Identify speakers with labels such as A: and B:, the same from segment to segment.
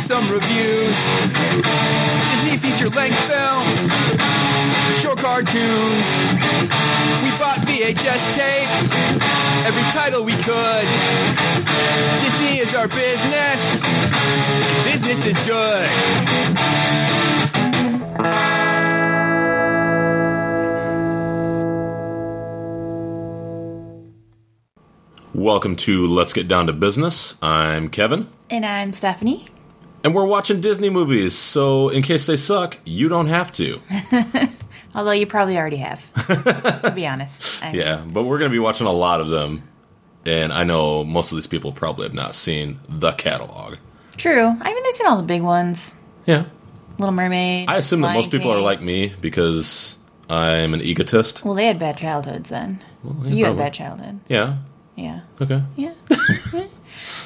A: Some reviews, Disney feature-length films, short cartoons. We bought VHS tapes, every title we could. Disney is our business. and Business is good.
B: Welcome to Let's Get Down to Business. I'm Kevin,
C: And I'm Stephanie.
B: and we're watching Disney movies, so in case they suck, you don't have to.
C: Although you probably already have, to be honest. I-
B: Yeah, but we're going to be watching a lot of them, and I know most of these people probably have not seen the catalog.
C: True. I mean, they've seen all the big ones
B: Yeah.
C: Little Mermaid.
B: I assume that
C: Lion
B: most people are
C: King.
B: like me because I'm an egotist.
C: Well, they had bad childhoods then.
B: yeah,
C: you had
B: probably.
C: bad childhood.
B: Yeah.
C: Yeah.
B: Okay.
C: Yeah.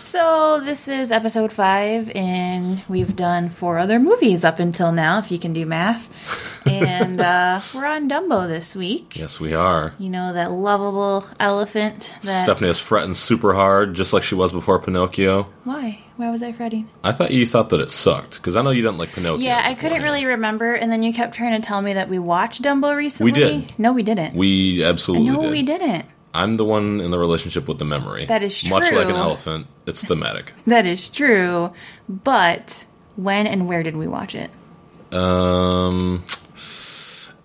C: so this is episode five, and we've done four other movies up until now, if you can do math. And uh, we're on Dumbo this week.
B: Yes, we are.
C: You know, that lovable elephant that.
B: Stephanie is fretting super hard, just like she was before Pinocchio.
C: Why? Why was I fretting?
B: I thought you thought that it sucked because I know you didn't like Pinocchio.
C: Yeah, I couldn't
B: beforehand.
C: really remember, and then you kept trying to tell me that we watched Dumbo recently.
B: did.
C: No, we didn't.
B: We absolutely.
C: no,
B: did.
C: we didn't.
B: I'm the one in the relationship with the memory.
C: That is
B: Much like an
C: true.
B: elephant, it's thematic.
C: That is true. But when and where did we watch it?
B: Um,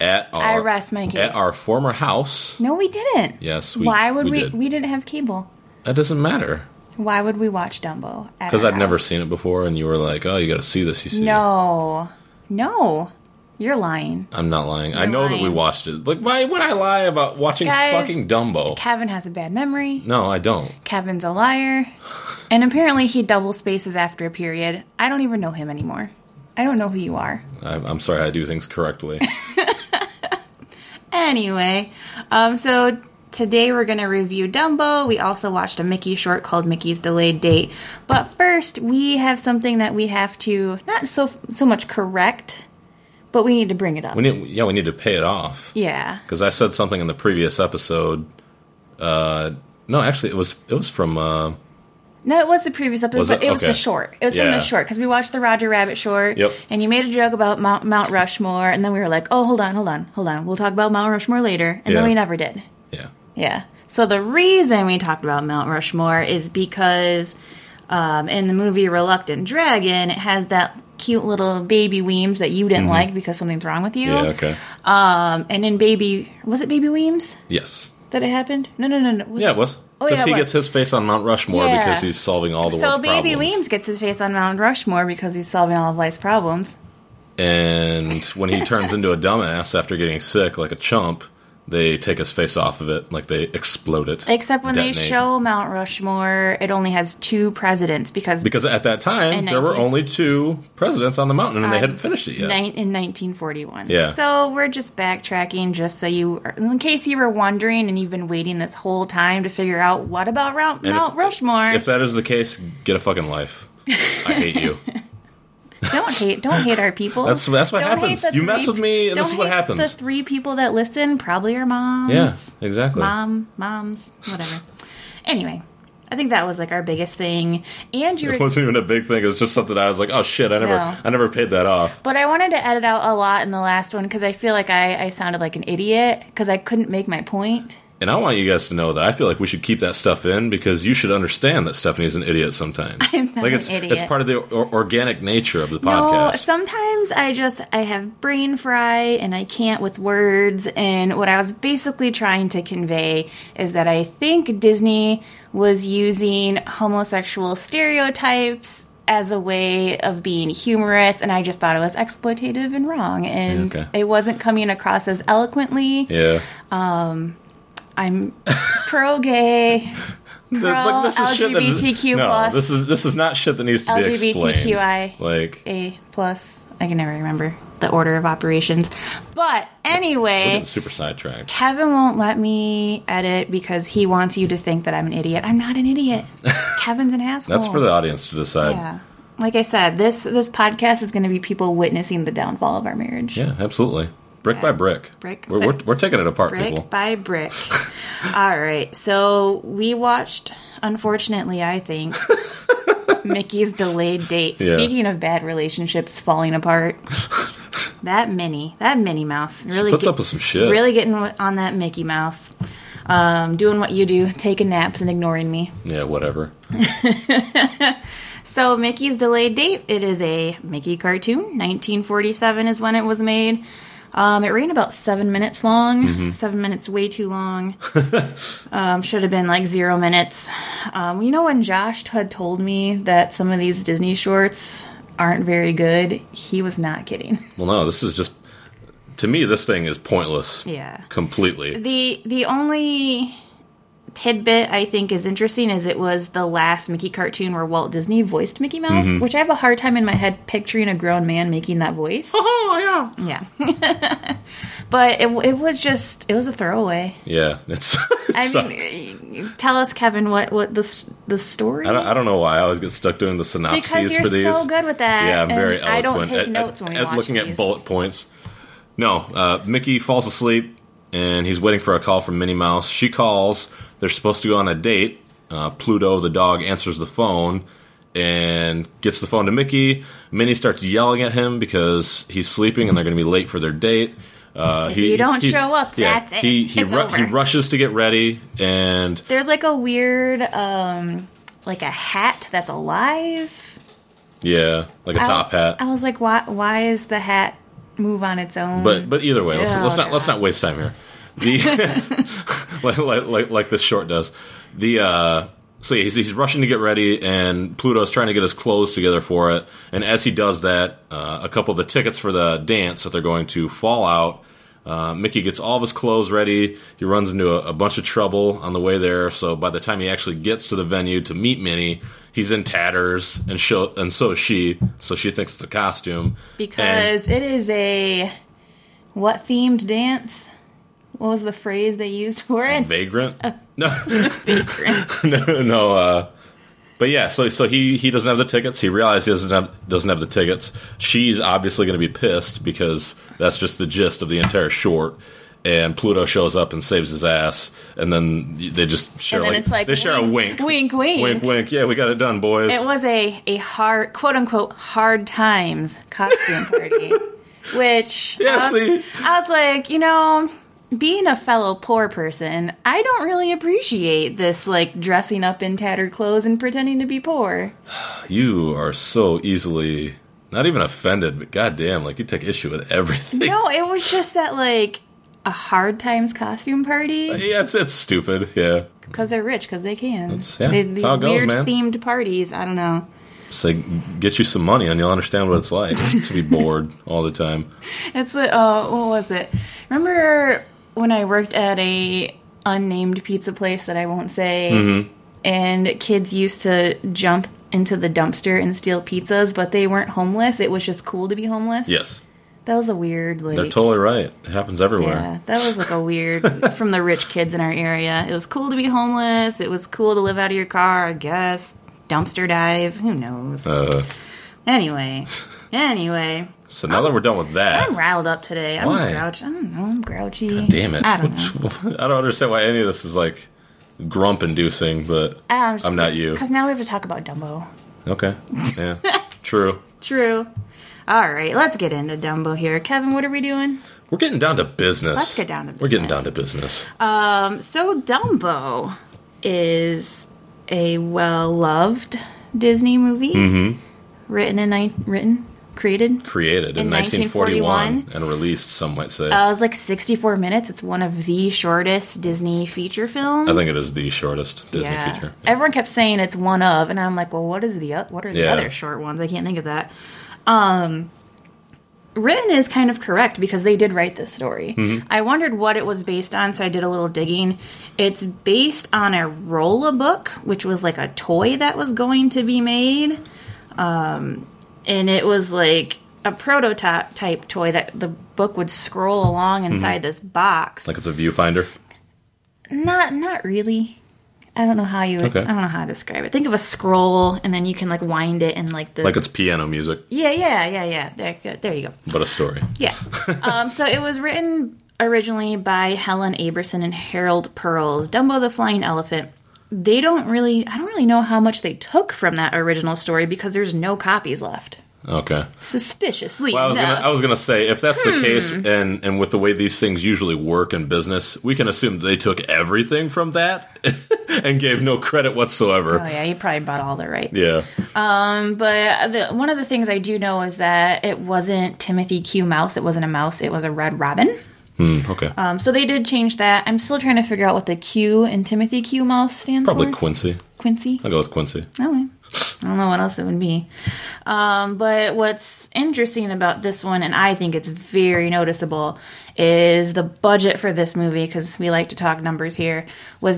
B: at our
C: I rest my case.
B: at our former house.
C: No, we didn't.
B: Yes, we-
C: Why would
B: we
C: we?
B: did.
C: We didn't have cable.
B: That doesn't matter
C: Why would we watch Dumbo?
B: because I'd never seen it before, and you were like, "Oh, you got to see this." You see?
C: No, no, you're lying.
B: I'm not lying. I
C: You're
B: know that we
C: lying.
B: watched it. Like, why would I lie about watching
C: Guys.
B: fucking Dumbo?
C: Kevin has a bad memory.
B: no, I don't.
C: Kevin's a liar, and apparently he double spaces after a period. I don't even know him anymore. I don't know who you are.
B: I, I'm sorry. I do things correctly.
C: Anyway, um, so today we're going to review Dumbo. We also watched a Mickey short called Mickey's Delayed Date. But first, we have something that we have to not so so much correct, but we need to bring it up.
B: we need, yeah, we need to pay it off
C: yeah.
B: because I said something in the previous episode. Uh, no, actually, it was it was from. Uh,
C: No, it was the previous episode,
B: Was
C: but
B: it?
C: it, was
B: Okay.
C: the short. It was from
B: Yeah.
C: the short because we watched the Roger Rabbit short.
B: Yep.
C: And you made a joke about Mount, Mount Rushmore, and then we were like, "Oh, hold on, hold on, hold on. We'll talk about Mount Rushmore later," and then
B: Yeah.
C: we never did.
B: yeah.
C: Yeah. So the reason we talked about Mount Rushmore is because um, in the movie Reluctant Dragon, it has that cute little baby Weems that you didn't like because something's wrong with you.
B: Mm-hmm. Yeah. Okay.
C: Um, and in Baby, was it Baby Weems
B: Yes.
C: that it happened? No, no, no, no.
B: Yeah, it was.
C: Oh,
B: Because
C: yeah, it
B: he
C: was.
B: gets his face on Mount Rushmore
C: Yeah.
B: because he's solving all the
C: So
B: world's
C: Baby
B: problems.
C: Weems gets his face on Mount Rushmore because he's solving all of life's problems.
B: And when he turns into a dumbass after getting sick, like a chump, they take his face off of it, like they explode it.
C: Except when they
B: detonate.
C: show Mount Rushmore, it only has two presidents because
B: Because at that time,
C: In
B: there were
C: 19
B: only two presidents on the mountain, and they hadn't finished it yet.
C: Nin- in 1941.
B: Yeah.
C: So we're just backtracking, just so you, are, in case you were wondering, and you've been waiting this whole time to figure out what about Ra-
B: And
C: Mount
B: if-
C: Rushmore.
B: If that is the case, get a fucking life. I hate you.
C: don't hate, don't hate our people.
B: That's- that's what
C: Don't
B: happens.
C: hate the
B: You mess with me, and
C: don't
B: this is what
C: hate
B: happens.
C: The three people that listen probably are moms.
B: yeah, exactly.
C: mom, moms, whatever. anyway, I think that was like our biggest thing. And you
B: It
C: were
B: wasn't even a big thing. It was just something I was like, "Oh shit, I never,
C: No.
B: I never paid that off."
C: But I wanted to edit out a lot in the last one because I feel like I, I sounded like an idiot because I couldn't make my point.
B: And I want you guys to know that I feel like we should keep that stuff in because you should understand that Stephanie's an idiot sometimes.
C: I'm not
B: like it's
C: an idiot.
B: it's part of the or- organic nature of the
C: No,
B: podcast.
C: sometimes I just I have brain fry and I can't with words. And what I was basically trying to convey is that I think Disney was using homosexual stereotypes as a way of being humorous, and I just thought it was exploitative and wrong, and
B: Okay.
C: it wasn't coming across as eloquently.
B: yeah.
C: I'm pro gay, pro
B: Th- like, that is-
C: LGBTQ
B: no,
C: plus.
B: this is this is not shit that needs to be
C: LGBTQI.
B: explained. Like
C: A plus. I can never remember the order of operations. But
B: we're
C: anyway,
B: getting super sidetracked.
C: Kevin won't let me edit because he wants you to think that I'm an idiot. I'm not an idiot. Kevin's an asshole.
B: That's for the audience to decide. Yeah,
C: Oh. Yeah. Like I said, this this podcast is going to be people witnessing the downfall of our marriage.
B: absolutely. Brick by brick.
C: Brick
B: We're,
C: by-
B: we're, we're taking it apart,
C: brick
B: people.
C: by brick. All right, so we watched. Unfortunately, I think Mickey's delayed date.
B: Yeah.
C: Speaking of bad relationships falling apart, that Minnie, that Minnie Mouse, really
B: Puts
C: get-
B: up with some shit.
C: really getting on that Mickey Mouse. Um, doing what you do, taking naps and ignoring me.
B: Yeah, whatever.
C: So Mickey's delayed date. It is a Mickey cartoon. 1947 is when it was made. Um, it ran about seven minutes long. Seven minutes, way too long. um, should have been like zero minutes. Um, you know when Josh had told me that some of these Disney shorts aren't very good, he was not kidding.
B: Well, no, this is just to me. This thing is pointless.
C: Yeah.
B: completely.
C: The the only tidbit I think is interesting is it was the last Mickey cartoon where Walt Disney voiced Mickey Mouse,
B: Mm-hmm.
C: which I have a hard time in my head picturing a grown man making that voice.
B: Oh yeah,
C: yeah. but it, it was just it was a throwaway.
B: yeah. It's. it
C: I
B: sucked.
C: mean, tell us Kevin what what the s- the story
B: I don't, I don't know why I always get stuck doing the synopses
C: because you're
B: for these.
C: so good with that.
B: yeah, I'm
C: and
B: very eloquent.
C: I don't take
B: at,
C: notes when we
B: at
C: watch
B: looking
C: these.
B: at bullet points. No, uh, Mickey falls asleep and he's waiting for a call from Minnie Mouse. She calls. They're supposed to go on a date. Uh, Pluto, the dog, answers the phone and gets the phone to Mickey. Minnie starts yelling at him because he's sleeping and they're going to be late for their date. Uh,
C: If you don't show up, that's it.
B: He he,
C: It's over.
B: he rushes to get ready and
C: There's like a weird um like a hat that's alive.
B: yeah, like a
C: I-
B: top hat.
C: I was like, why? Why is the hat move on its own?
B: But but either way, let's,
C: Oh,
B: let's not let's
C: God.
B: not waste time here. The like, like, like like this short does. The uh, so yeah, he's, he's rushing to get ready, and Pluto's trying to get his clothes together for it. And as he does that, uh, a couple of the tickets for the dance that they're going to fall out. Uh, Mickey gets all of his clothes ready. He runs into a, a bunch of trouble on the way there. So by the time he actually gets to the venue to meet Minnie, he's in tatters, and show, and so is she. So she thinks it's a costume And-
C: because it is a what themed dance? What was the phrase they used for it?
B: vagrant. No, Oh. no, no. Uh, but yeah, so so he he doesn't have the tickets. He realizes he doesn't have doesn't have the tickets. She's obviously going to be pissed because that's just the gist of the entire short. And Pluto shows up and saves his ass, and then they just share
C: And then
B: like,
C: it's like,
B: they share
C: wink,
B: a
C: wink, wink.
B: wink, wink. Yeah, we got it done, boys.
C: It was a a hard quote unquote hard times costume party, which
B: Yeah,
C: I was-
B: see?
C: I was like, you know. Being a fellow poor person, I don't really appreciate this, like dressing up in tattered clothes and pretending to be poor.
B: you are so easily not even offended, but goddamn, like you take issue with everything.
C: No, it was just that like a hard times costume party
B: Yeah, it's it's stupid. Yeah,
C: because they're rich because they can.
B: yeah,
C: they,
B: that's
C: these
B: how it goes,
C: weird
B: man.
C: themed parties. I don't know.
B: Say, get you some money and you'll understand what it's like to be bored all the time.
C: It's like oh, what was it? Remember when I worked at a unnamed pizza place that I won't say,
B: Mm-hmm.
C: and kids used to jump into the dumpster and steal pizzas, but they weren't homeless. It was just cool to be homeless.
B: Yes,
C: that was a weird like.
B: they're totally right. It happens
C: Yeah,
B: everywhere.
C: that was like a weird from the rich kids in our area. It was cool to be homeless. It was cool to live out of your car, I guess. Dumpster dive, who knows?
B: Uh,
C: anyway, anyway,
B: so now that we're done with that,
C: I'm riled up today. I'm
B: Why?
C: grouchy. I don't know. I'm grouchy.
B: damn it,
C: I don't know.
B: Which- I don't understand why any of this is like grump inducing. But I'm not you.
C: Ah, Because now we have to talk about Dumbo.
B: okay, yeah, true.
C: True. All right, let's get into Dumbo here. Kevin, what are we doing?
B: We're getting down to business.
C: Let's get down to
B: We're getting down
C: business.
B: to business.
C: Um, so Dumbo is a well-loved Disney movie
B: Mm-hmm.
C: written in ni- written created
B: Created in,
C: in
B: 1941 and released, some might say.
C: Uh, it was like 64 minutes. It's one of the shortest Disney feature films.
B: I think it is the shortest Disney feature.
C: Everyone kept saying it's one of, and I'm like, well, what is the o- what are the
B: Yeah.
C: other short ones? I can't think of that. Um, written is kind of correct because they did write this story.
B: Mm-hmm.
C: I wondered what it was based on, so I did a little digging. It's based on a rolla book, which was like a toy that was going to be made, um, and it was like a prototype type toy that the book would scroll along
B: Mm-hmm.
C: inside this box
B: Like it's a viewfinder.
C: not not really i don't know how you would
B: Okay.
C: i don't know how to describe it think of a scroll and then you can like wind it and like the
B: Like it's piano music,
C: yeah yeah yeah yeah there, you go- there you go
B: but a story.
C: yeah um, so it was written originally by helen aberson and harold pearls dumbo the flying elephant they don't really I don't really know how much they took from that original story because there's no copies left.
B: Okay.
C: Suspiciously
B: Well, I was
C: enough.
B: gonna I was gonna say if that's the case,
C: Hmm.
B: and and with the way these things usually work in business, we can assume that they took everything from that and gave no credit whatsoever.
C: Oh yeah, you probably bought all the rights.
B: Yeah.
C: But uh, the, one of the things I do know is that it wasn't Timothy Q. Mouse. It wasn't a mouse. It was a red robin.
B: Mm, Okay.
C: Um, so they did change that. I'm still trying to figure out what the Q and Timothy Q. Mouse stands
B: Probably
C: for.
B: Quincy.
C: Quincy.
B: I'll go with Quincy.
C: Oh, yeah. I don't know what else it would be. Um, but what's interesting about this one, and I think it's very noticeable, is the budget for this movie, because we like to talk numbers here, was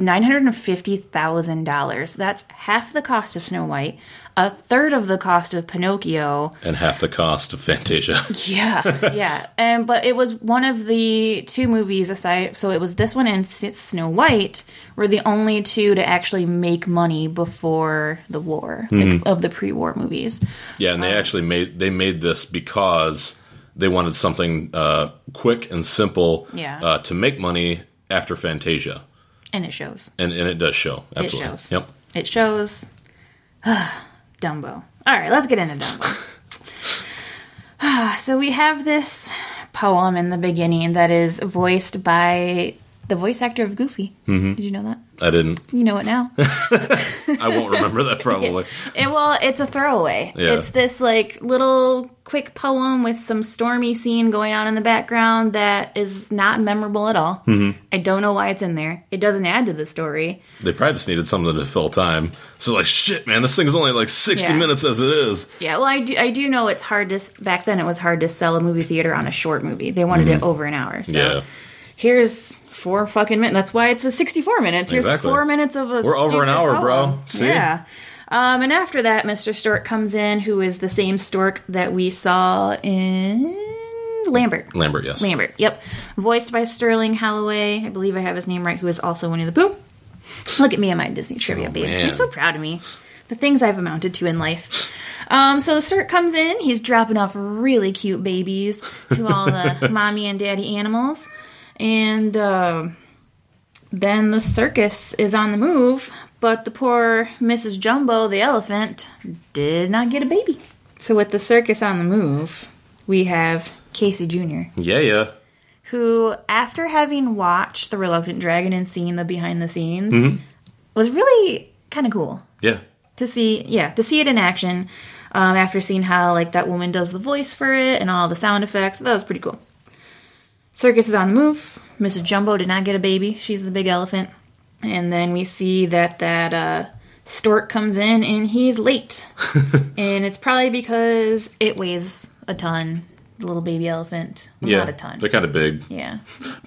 C: $950,000. That's half the cost of Snow White, a third of the cost of Pinocchio.
B: And half the cost of Fantasia.
C: Yeah, yeah. And but it was one of the two movies aside. So it was this one and S- Snow White were the only two to actually make money before the war
B: Hmm.
C: like, of the pre-war movies.
B: yeah, and they actually made they made this because they wanted something uh, quick and simple
C: Yeah.
B: uh, to make money after Fantasia,
C: And it shows.
B: and and it does show. Absolutely.
C: It shows.
B: Yep.
C: It shows. Dumbo. All right, let's get into Dumbo. so we have this poem in the beginning that is voiced by the voice actor of Goofy.
B: Mm-hmm.
C: Did you know that?
B: I didn't.
C: You know it now.
B: I won't remember that probably.
C: It, well, it's a throwaway.
B: Yeah.
C: It's this like little quick poem with some stormy scene going on in the background that is not memorable at all. Mm-hmm. I don't know why it's in there. It doesn't add to the story.
B: They probably just needed something to fill time. So like, shit, man, this thing's only like sixty
C: Yeah.
B: minutes as it is.
C: Yeah, well, I do. I do know it's hard to. s- Back then, it was hard to sell a movie theater on a short movie. They wanted it over an hour. So
B: Mm-hmm. Yeah.
C: here's four fucking minutes. That's why it's a sixty-four minutes. Here's
B: Exactly.
C: four minutes of a.
B: We're over an
C: stupid
B: hour, bro.
C: poem.
B: See?
C: Yeah. Um, and after that, Mr. Stork comes in, who is the same Stork that we saw in Lambert.
B: Lambert, yes.
C: Lambert, yep. Voiced by Sterling Holloway. I believe I have his name right, who is also Winnie the Pooh. Look at me and my Disney trivia, babe.
B: Oh, man.
C: You're so proud of me. The things I've amounted to in life. Um, so the Cirque comes in. He's dropping off really cute babies to all the mommy and daddy animals. And uh, then the circus is on the move. But the poor Mrs. Jumbo, the elephant, did not get a baby. So with the circus on the move, we have Casey Jr
B: Yeah, yeah.
C: who, after having watched The Reluctant Dragon and seeing the behind the scenes, was really kind of cool
B: Yeah.
C: to see. Yeah, to see it in action. Um, after seeing how like that woman does the voice for it and all the sound effects, that was pretty cool. Circus is on the move. Mrs. Jumbo did not get a baby. She's the big elephant. And then we see that that uh, stork comes in and he's late, and it's probably because it weighs a ton. The little baby elephant, Well,
B: Yeah.
C: not a ton.
B: They're kind of big.
C: yeah,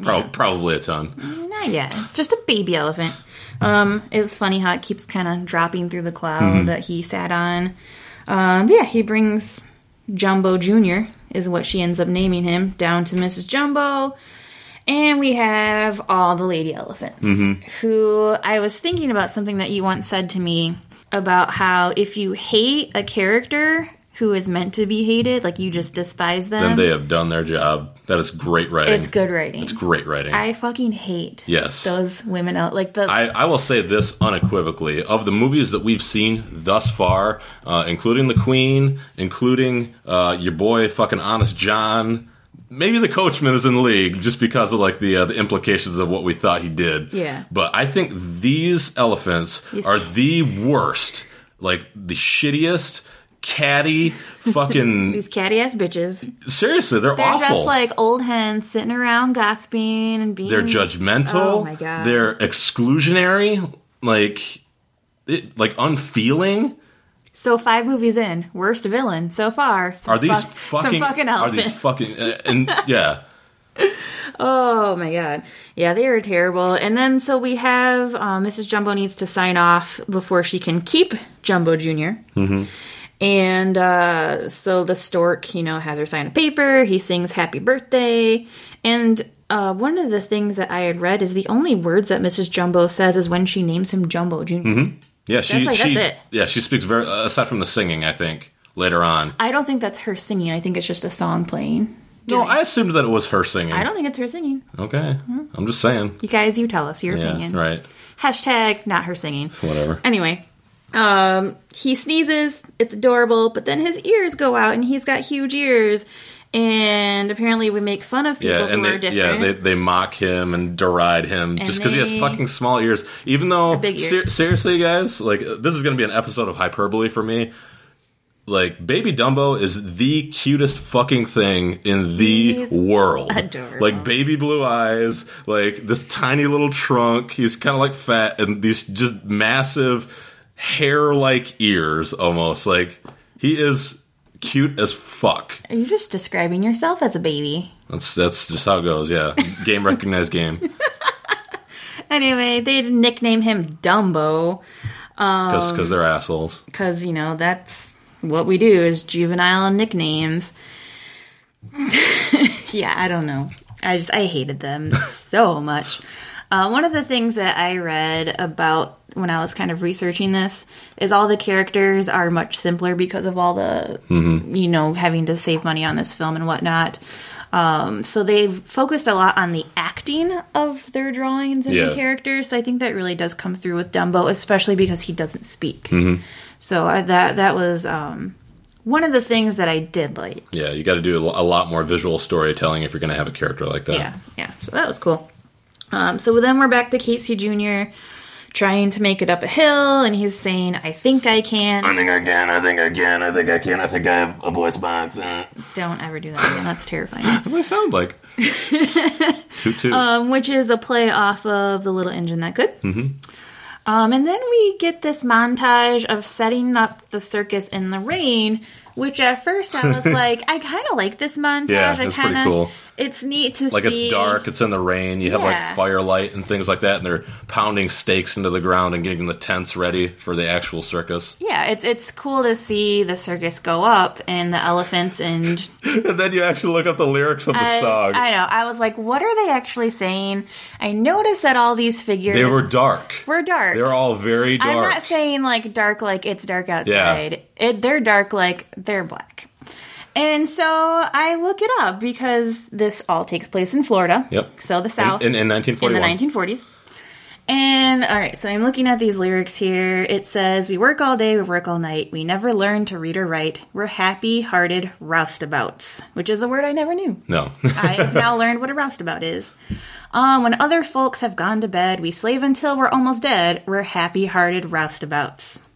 B: Pro- Probably a ton.
C: not yet. It's just a baby elephant. Um, it's funny how it keeps kind of dropping through the cloud
B: Mm-hmm.
C: that he sat on. Um, yeah, he brings Jumbo Jr. is what she ends up naming him down to Mrs. Jumbo, and we have all the lady elephants.
B: Mm-hmm.
C: Who I was thinking about something that you once said to me about how if you hate a character who is meant to be hated, like you just despise them.
B: Then they have done their job. That is great writing.
C: Um, it's good writing.
B: It's great writing.
C: I fucking hate
B: Yes.
C: those women out like the
B: I, I will say this unequivocally: of the movies that we've seen thus far, uh, including The Queen, including uh, your boy fucking Honest John, maybe The Coachman is in the league just because of like the uh, the implications of what we thought he did.
C: Yeah.
B: But I think these elephants are the worst, like the shittiest. Catty, fucking
C: These catty ass bitches.
B: seriously, they're,
C: They're
B: awful.
C: just like old hens sitting around gossiping and being.
B: They're judgmental.
C: Mm. Oh, my God.
B: They're exclusionary. Like, it, like unfeeling.
C: So five movies in, worst villain so far. Some
B: Are these
C: fuck-
B: fucking?
C: some fucking
B: are
C: elephants?
B: these fucking? Uh, and yeah,
C: oh my god, yeah, they are terrible. And then so we have uh, Mrs. Jumbo needs to sign off before she can keep Jumbo junior
B: Mm-hmm.
C: And uh, so the stork, you know, has her sign a paper. He sings "Happy Birthday," and uh, one of the things that I had read is the only words that Mrs. Jumbo says is when she names him Jumbo junior
B: yeah. She,
C: like-
B: she,
C: that's it.
B: yeah. She speaks very aside from the singing. I think later on.
C: I don't think that's her singing. I think it's just a song playing.
B: No, I assumed that it was her singing.
C: I don't think it's her singing.
B: okay, I'm just saying.
C: You guys, you tell us your
B: Yeah,
C: opinion.
B: right.
C: Hashtag not her singing.
B: Whatever.
C: Anyway, um, he sneezes. It's adorable, but then his ears go out, and he's got huge ears. And apparently, we make fun of people
B: Yeah, and
C: who are
B: they yeah
C: different.
B: they, they mock him and deride him just because he has
C: they-
B: fucking small ears. Even though
C: big ears.
B: ser- seriously, guys, like uh, this is gonna be an episode of hyperbole for me. Like baby Dumbo is the cutest fucking thing in the
C: He's
B: world.
C: adorable.
B: Like baby blue eyes, like this tiny little trunk. He's kind of like fat and these just massive hair like ears almost. Like he is cute as fuck.
C: You're just describing yourself as a baby.
B: That's that's just how it goes. Yeah, game recognized game
C: Anyway, they nickname him Dumbo
B: because they're assholes.
C: because you know that's what we do is juvenile nicknames. yeah, I don't know. I just I hated them so much. Uh, one of the things that I read about when I was kind of researching this is all the characters are much simpler because of all the you know having to save money on this film and whatnot. Um, so they've focused a lot on the acting of their drawings and
B: Yeah.
C: the characters. So I think that really does come through with Dumbo, especially because he doesn't speak. So I, that that was um, one of the things that I did like.
B: Yeah, you got to do a lo- a lot more visual storytelling if you're going to have a character like that.
C: yeah, yeah. So that was cool. Um, so then we're back to Casey Jr. trying to make it up a hill, and he's saying, "I think I
D: I
C: can."
D: think I can. I think I can. I think I can. I think I have a voice box. Uh.
C: Don't ever do that again. That's terrifying.
B: What do they sound like? toot toot.
C: Um, which is a play off of the little engine that could.
B: Mm-hmm.
C: Um, and then we get this montage of setting up the circus in the rain. Which at first I was like, I kind of like this montage.
B: Yeah,
C: I
B: it's pretty
C: kind of
B: cool.
C: It's neat to
B: like
C: see.
B: it's dark, it's in the rain. You have
C: Yeah.
B: like firelight and things like that, and they're pounding stakes into the ground and getting the tents ready for the actual circus.
C: Yeah, it's it's cool to see the circus go up and the elephants and
B: And then you actually look up the lyrics of the
C: I,
B: song.
C: I know. I was like, what are they actually saying? I noticed that all these figures
B: they were dark.
C: were dark.
B: They were all very
C: I'm
B: dark.
C: not saying like dark like it's dark outside. It, they're dark like they're black. And so I look it up because this all takes place in Florida.
B: Yep.
C: So the
B: In-
C: South
B: in, in,
C: in
B: 1941.
C: the 1940s. And all right, so I'm looking at these lyrics here. It says, "We work all day, we work all night. We never learn to read or write. We're happy-hearted roustabouts," which is a word I never knew.
B: no.
C: I have now learned what a roustabout is. Um, when other folks have gone to bed, we slave until we're almost dead. We're happy-hearted roustabouts.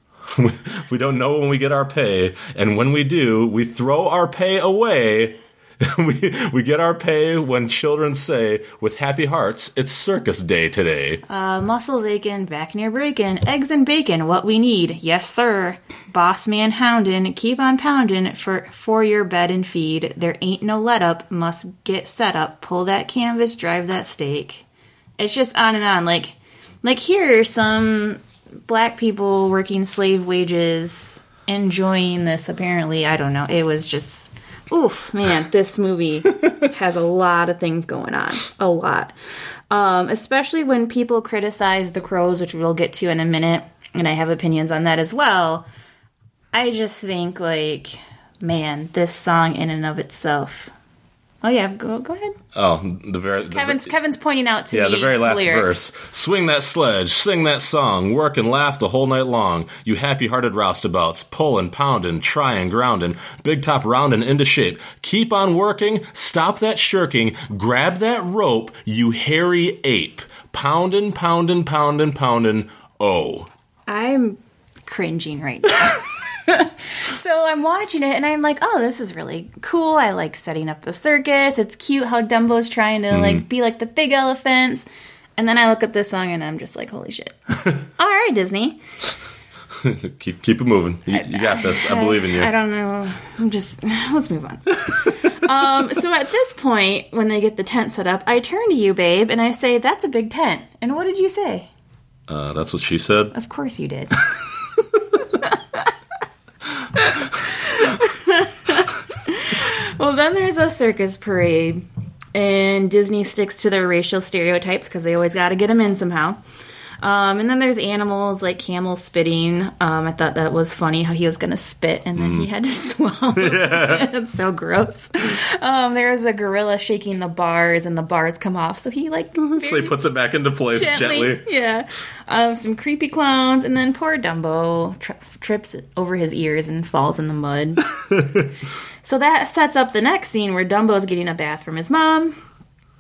B: We don't know when we get our pay, and when we do, we throw our pay away. we, we get our pay when children say, with happy hearts, it's circus day today.
C: Uh, muscles aching, back near breaking, eggs and bacon, what we need. Yes, sir. Boss man houndin', keep on poundin' for for your bed and feed. There ain't no let up. Must get set up. Pull that canvas, drive that stake. It's just on and on. Like, like here, are some black people working slave wages, enjoying this. Apparently, I don't know. It was just, oof, man. This movie has a lot of things going on. A lot um, especially when people criticize the crows, which we'll get to in a minute, and I have opinions on that as well. I just think, like, man, this song in and of itself. Oh yeah, go go ahead.
B: oh, the very. the-
C: Kevin's Kevin's pointing out to
B: yeah,
C: me
B: the very last
C: lyrics.
B: verse. Swing that sledge, sing that song, work and laugh the whole night long. You happy hearted roustabouts, pull and pound and try and ground and big top round and into shape. Keep on working, stop that shirking, grab that rope, you hairy ape. Pound and pound and pound and pound and oh.
C: I'm cringing right now. so I'm watching it and I'm like, oh, this is really cool. I like setting up the circus. It's cute how Dumbo's trying to
B: Mm-hmm.
C: like be like the big elephants. And then I look up this song and I'm just like, holy shit. All right, Disney.
B: Keep keep it moving. You, you got this. I believe in
C: I
B: you.
C: don't know. I'm just let's move on. um, so at this point, when they get the tent set up, I turn to you, babe, and I say, "That's a big tent." And what did you say?
B: Uh, that's what she said.
C: Of course you did. well, then there's a circus parade, and Disney sticks to their racial stereotypes because they always got to get them in somehow. Um, and then there's animals like camel spitting. Um, I thought that was funny how he was going to spit and then he had to swallow. That's so gross. Um, there's a gorilla shaking the bars and the bars come off. So he like
B: So he puts it back into place gently.
C: yeah. Um, some creepy clowns, and then poor Dumbo tri- trips over his ears and falls in the mud. so that sets up the next scene where Dumbo's getting a bath from his mom.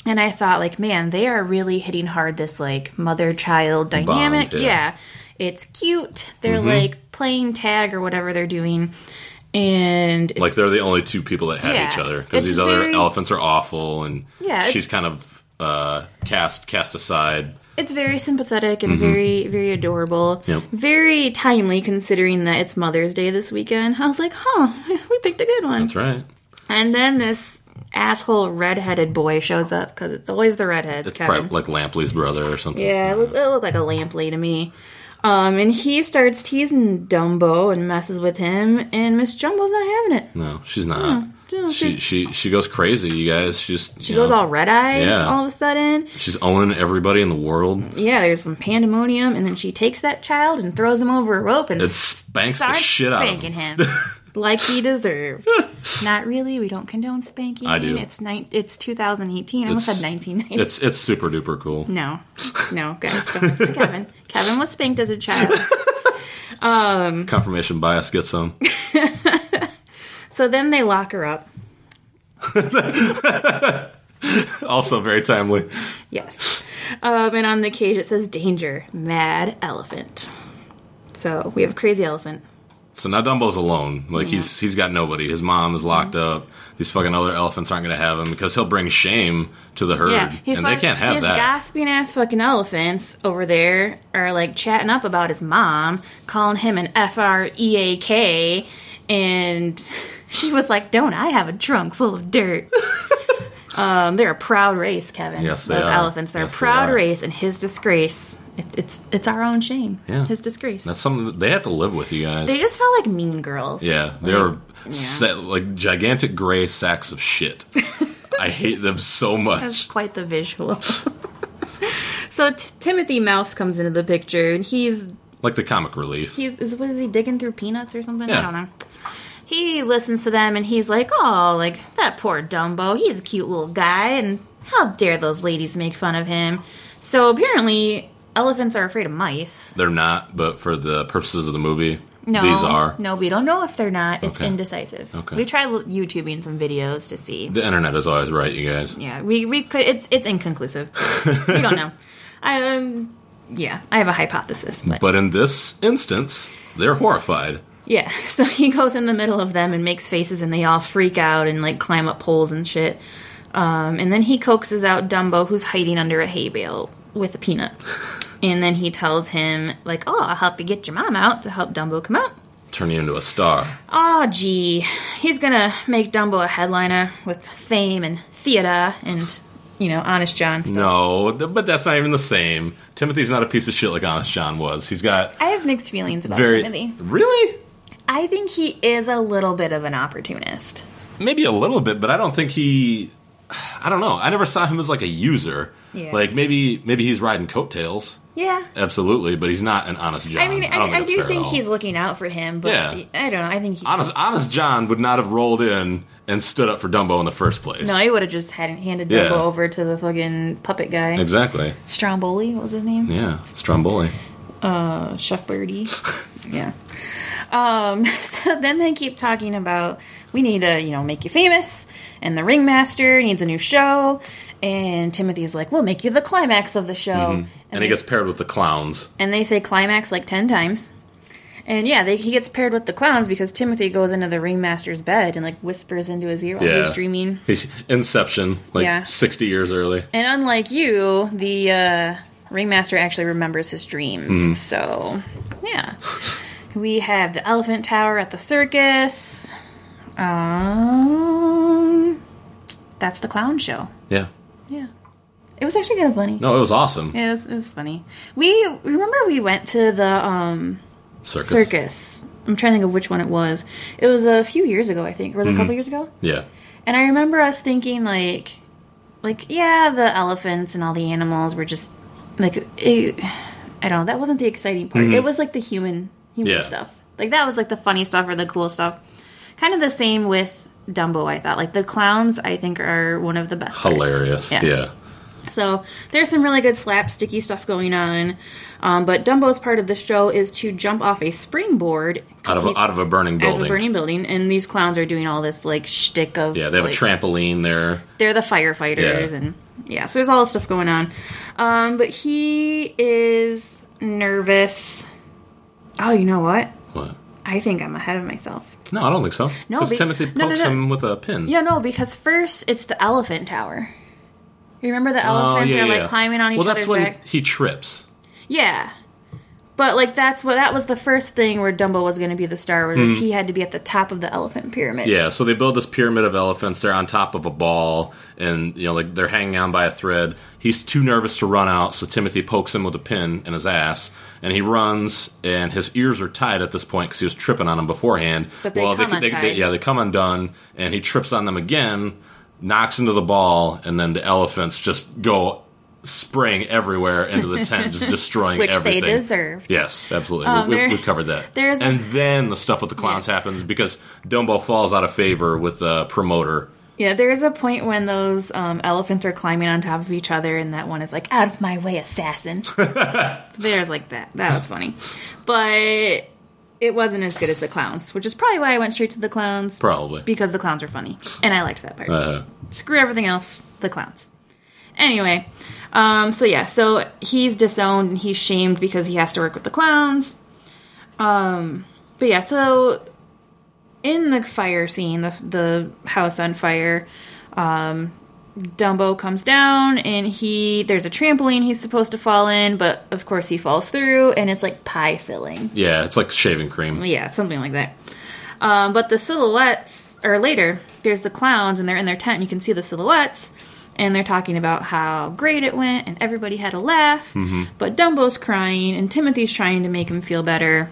C: And I thought, like, man, they are really hitting hard this like mother child dynamic.
B: yeah. Mm-hmm.
C: yeah. It's cute. They're like playing tag or whatever they're doing. And it's
B: Like they're the only two people that have
C: Yeah.
B: each other because
C: It's
B: these other
C: very-
B: elephants are awful, and
C: Yeah, it's-
B: she's kind of uh, cast cast aside.
C: It's very sympathetic and very, very adorable.
B: Mm-hmm. Yep.
C: Very timely considering that it's Mother's Day this weekend. I was like, huh, we picked a good one.
B: That's right.
C: And then this asshole redheaded boy shows up because it's always the redheads,
B: It's
C: Kevin.
B: probably like Lampley's brother or something.
C: yeah, it looked, it looked like a lamprey to me. Um, and he starts teasing Dumbo and messes with him, and Miss Jumbo's not having it.
B: No, she's not.
C: no,
B: she
C: Hmm. she's-
B: she she goes crazy, you guys. She's
C: She goes all red eyed
B: Yeah.
C: all of a sudden.
B: She's owning everybody in the world.
C: Yeah, there's some pandemonium, and then she takes that child and throws him over a rope and
B: It spanks the
C: Start
B: shit out of
C: spanking
B: him.
C: him. like he deserved. Not really. We don't condone spanking.
B: I do.
C: It's nine. It's 2018. I almost
B: It's-
C: said 1990.
B: It's it's super duper cool.
C: No, no, guys, don't listen to Kevin. Kevin was spanked as a child. Hmm.
B: Confirmation bias gets some.
C: So then they lock her up.
B: also very timely.
C: Yes. Um, and on the cage it says "Danger, Mad Elephant." So we have a crazy elephant.
B: So now Dumbo's alone. Like he's he's got nobody. His mom is locked
C: Mm-hmm.
B: up. These fucking other elephants aren't gonna have him because he'll bring shame to the herd,
C: Yeah,
B: and they
C: fuck-
B: can't have
C: these
B: that.
C: gasping ass fucking elephants over there are like chatting up about his mom, calling him an F R E A K, and she was like, "Don't I have a trunk full of dirt?" um, they're a proud race, Kevin.
B: Yes, they
C: those
B: are.
C: elephants. They're
B: Yes,
C: a
B: they
C: proud
B: are.
C: race, and his disgrace. It's it's it's our own shame.
B: Yeah.
C: his disgrace.
B: That's something that they have to live with, you guys.
C: they just felt like mean girls.
B: yeah, they're sa- like gigantic gray sacks of shit. I hate them so
C: That's
B: much.
C: quite the visual. so t- Timothy Mouse comes into the picture, and he's
B: Like the comic relief.
C: he's is what is he digging through peanuts or something?
B: Yeah.
C: I don't know. He listens to them and he's like, "Oh, like that poor Dumbo. He's a cute little guy, and how dare those ladies make fun of him?" So apparently, elephants are afraid of mice.
B: They're not, but for the purposes of the movie,
C: No,
B: these are.
C: No, we don't know if they're not. It's
B: Okay.
C: indecisive.
B: Okay.
C: We tried l- YouTubing some videos to see.
B: The internet is always right, you guys.
C: Yeah, we we could. It's it's inconclusive. we don't know. Um, yeah, I have a hypothesis, but
B: But in this instance, they're horrified.
C: Yeah, so he goes in the middle of them and makes faces, and they all freak out and like climb up poles and shit. Um, and then he coaxes out Dumbo, who's hiding under a hay bale with a peanut. and then he tells him, like, "Oh, I'll help you get your mom out to help Dumbo come out."
B: Turn you into a star.
C: Oh, gee, he's gonna make Dumbo a headliner with fame and theater and you know, Honest John. Stuff.
B: No, th- but that's not even the same. Timothy's not a piece of shit like Honest John was. He's got
C: I have mixed feelings about
B: very
C: Timothy.
B: really
C: I think he is a little bit of an opportunist.
B: maybe a little bit, but I don't think he. I don't know. I never saw him as like a user.
C: Yeah.
B: Like maybe maybe he's riding coattails.
C: Yeah,
B: Absolutely, but he's not an honest John.
C: I mean, I,
B: Um, don't
C: I,
B: that's
C: do
B: fair at
C: think
B: all.
C: he's looking out for him, but
B: Yeah.
C: I don't know. I think he,
B: honest. Honest John would not have rolled in and stood up for Dumbo in the first place.
C: no, he would have just had handed
B: Yeah.
C: Dumbo over to the fucking puppet guy,
B: exactly.
C: Stromboli. What was his name?
B: Yeah, Stromboli.
C: Uh, Chef Birdie. yeah. Um, so then they keep talking about we need to, you know, make you famous, and the ringmaster needs a new show, and Timothy's like, we'll make you the climax of the show,
B: Mm-hmm. And he
C: they-
B: gets paired with the clowns.
C: and they say climax like 10 times and yeah they, he gets paired with the clowns because timothy goes into the ringmaster's bed and like whispers into his ear while
B: Yeah.
C: he's dreaming
B: He's Inception, like
C: Yeah.
B: 60 years early.
C: and unlike you the uh, ringmaster actually remembers his dreams so yeah we have the elephant tower at the circus um, that's the clown show
B: Yeah.
C: yeah it was actually kind of funny
B: No, it was awesome.
C: it, was, it was funny we remember we went to the um
B: Circus.
C: circus. I'm trying to think of which one it was. It was a few years ago, I think, or was it a couple years ago.
B: Yeah.
C: And I remember us thinking like, like yeah, the elephants and all the animals were just like it, I don't know. That wasn't the exciting part. It was like the human human
B: Mm-hmm. Yeah.
C: stuff. Like that was like the funny stuff or the cool stuff. Kind of the same with Dumbo. I thought like the clowns. I think are one of the best. parts.
B: Hilarious. yeah.
C: So there's some really good slapsticky stuff going on. Um, but Dumbo's part of the show is to jump off a springboard
B: Out of, a, out of a burning
C: out of
B: building.
C: a burning building, and these clowns are doing all this like shtick of
B: yeah, they have
C: like,
B: a trampoline there.
C: they're the firefighters
B: Yeah.
C: and yeah so there's all this stuff going on um but he is nervous oh you know what
B: What?
C: i think i'm ahead of myself
B: No, I don't think so.
C: No,
B: because
C: be-
B: Timothy
C: no,
B: pokes
C: no, no.
B: him with a pin.
C: yeah no because first it's the elephant tower you remember the
B: Oh,
C: elephants
B: yeah,
C: are like
B: yeah.
C: climbing on each
B: Well, that's
C: other's
B: when
C: backs
B: he trips.
C: yeah but like that's what that was the first thing where dumbo was going to be the star wars
B: Hmm.
C: was he had to be at the top of the elephant pyramid
B: Yeah, so they build this pyramid of elephants. They're on top of a ball, and you know, like they're hanging on by a thread. He's too nervous to run out, so Timothy pokes him with a pin in his ass, and he runs. And his ears are tied at this point because he was tripping on them beforehand.
C: But they come untied.
B: yeah, they come undone, and he trips on them again, knocks into the ball, and then the elephants just go spraying everywhere into the tent, just destroying
C: Which they
B: everything.
C: deserved.
B: Yes, absolutely.
C: Um,
B: we,
C: there-
B: we, we've covered that.
C: there's-
B: and then the stuff with the clowns happens because Dumbo falls out of favor with the promoter.
C: Yeah, there is a point when those um, elephants are climbing on top of each other, and that one is like, "Out of my way, assassin!" so there's like that. That was funny, but it wasn't as good as the clowns, which is probably why I went straight to the clowns.
B: Probably.
C: because the clowns were funny, and I liked that part.
B: Uh,
C: Screw everything else, the clowns. Anyway, um, so yeah, so he's disowned and he's shamed because he has to work with the clowns. Um, but yeah, so in the fire scene, the the house on fire, um, Dumbo comes down and he there's a trampoline he's supposed to fall in, but of course he falls through and it's like pie filling.
B: yeah, it's like shaving cream.
C: Yeah, something like that. Um, but the silhouettes, or later, there's the clowns, and they're in their tent, and you can see the silhouettes, and they're talking about how great it went, and everybody had a laugh.
B: Mm-hmm.
C: But Dumbo's crying, and Timothy's trying to make him feel better,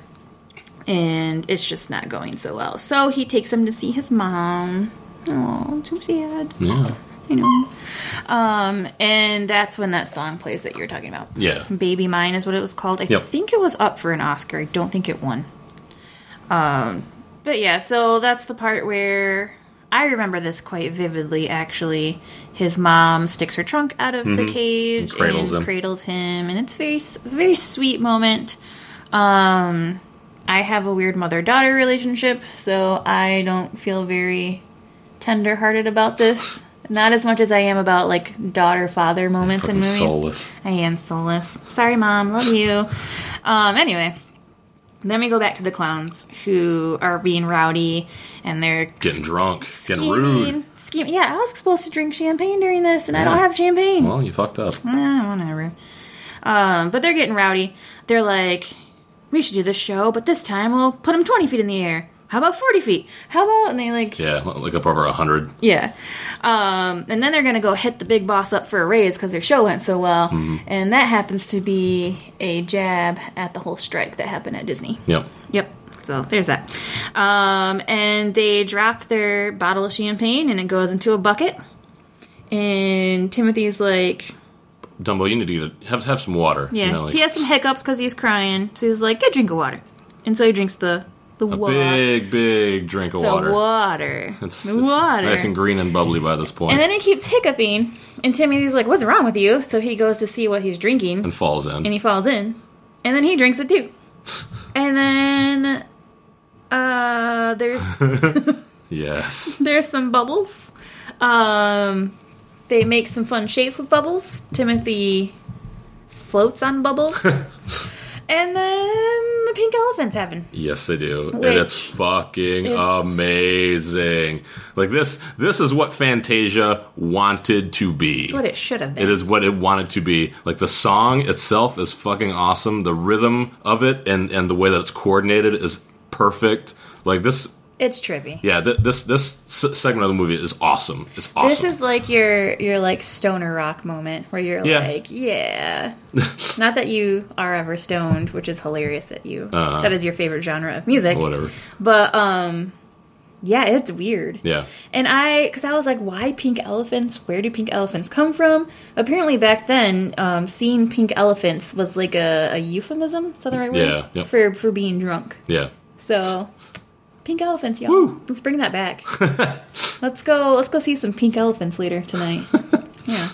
C: and it's just not going so well. So he takes him to see his mom. Oh, too sad.
B: Yeah,
C: You know. Um, and that's when that song plays that you're talking about.
B: yeah.
C: Baby Mine is what it was called. I
B: Yep.
C: think it was up for an Oscar. I don't think it won. Um, but yeah, so that's the part where I remember this quite vividly. Actually, his mom sticks her trunk out of the cage and
B: Mm-hmm. cradles him.
C: cradles him, and it's very s- very sweet moment. Um, I have a weird mother daughter relationship, so I don't feel very tender hearted about this. Not as much as I am about like daughter father moments in
B: Fucking
C: movies.
B: soulless.
C: I am soulless. Sorry, mom. Love you. Um, anyway, then we go back to the clowns who are being rowdy and they're
B: Getting drunk, getting
C: scheming-
B: rude.
C: scheming- Yeah, I was supposed to drink champagne during this, and I don't
B: Yeah.
C: have champagne.
B: Well, you fucked up.
C: Eh, whatever. Um, but they're getting rowdy. They're like, we should do this show, but this time we'll put them 20 feet in the air. How about 40 feet? How about, and they like,
B: Yeah, like up over hundred.
C: yeah. Um, and then they're going to go hit the big boss up for a raise because their show went so well. And that happens to be a jab at the whole strike that happened at Disney.
B: Yep.
C: Yep. So there's that. Um, and they drop their bottle of champagne and it goes into a bucket. And Timothy's like,
B: Dumbo, you need to get a, have have some water.
C: yeah,
B: You know, like
C: he has some hiccups because he's crying. So he's like, get a drink of water. And so he drinks the, the
B: a
C: water.
B: big, big drink of
C: the
B: water.
C: water.
B: It's,
C: the
B: it's
C: water.
B: nice and green and bubbly by this point,
C: And then he keeps hiccuping, and Timmy's like, "What's wrong with you?" So he goes to see what he's drinking,
B: and falls in.
C: and he falls in, and then he drinks it too. And then uh, there's
B: yes,
C: there's some bubbles. Um, they make some fun shapes with bubbles. Timothy floats on bubbles, and then the pink elephants happen.
B: yes, they do, and
C: Which-
B: it's fucking
C: Yeah.
B: amazing. Like this, this is what Fantasia wanted to be.
C: That's what it should have been.
B: It is what it wanted to be. Like the song itself is fucking awesome. The rhythm of it and and the way that it's coordinated is perfect. Like this,
C: It's trippy.
B: yeah. Th- this this s- segment of the movie is awesome. It's awesome.
C: This is like your your like stoner rock moment where you're
B: Yeah.
C: like, yeah. Not that you are ever
B: Uh-huh.
C: stoned, which is hilarious that you that is your favorite genre of music.
B: whatever.
C: But um yeah, it's weird.
B: Yeah.
C: And I, because I was like, why pink elephants? Where do pink elephants come from? Apparently, back then, um, seeing pink elephants was like a, a euphemism. Is that the right word?
B: Yeah, yep.
C: For for being drunk.
B: Yeah.
C: So, pink elephants, y'all.
B: Woo.
C: Let's bring that back. let's go. Let's go see some pink elephants later tonight. yeah.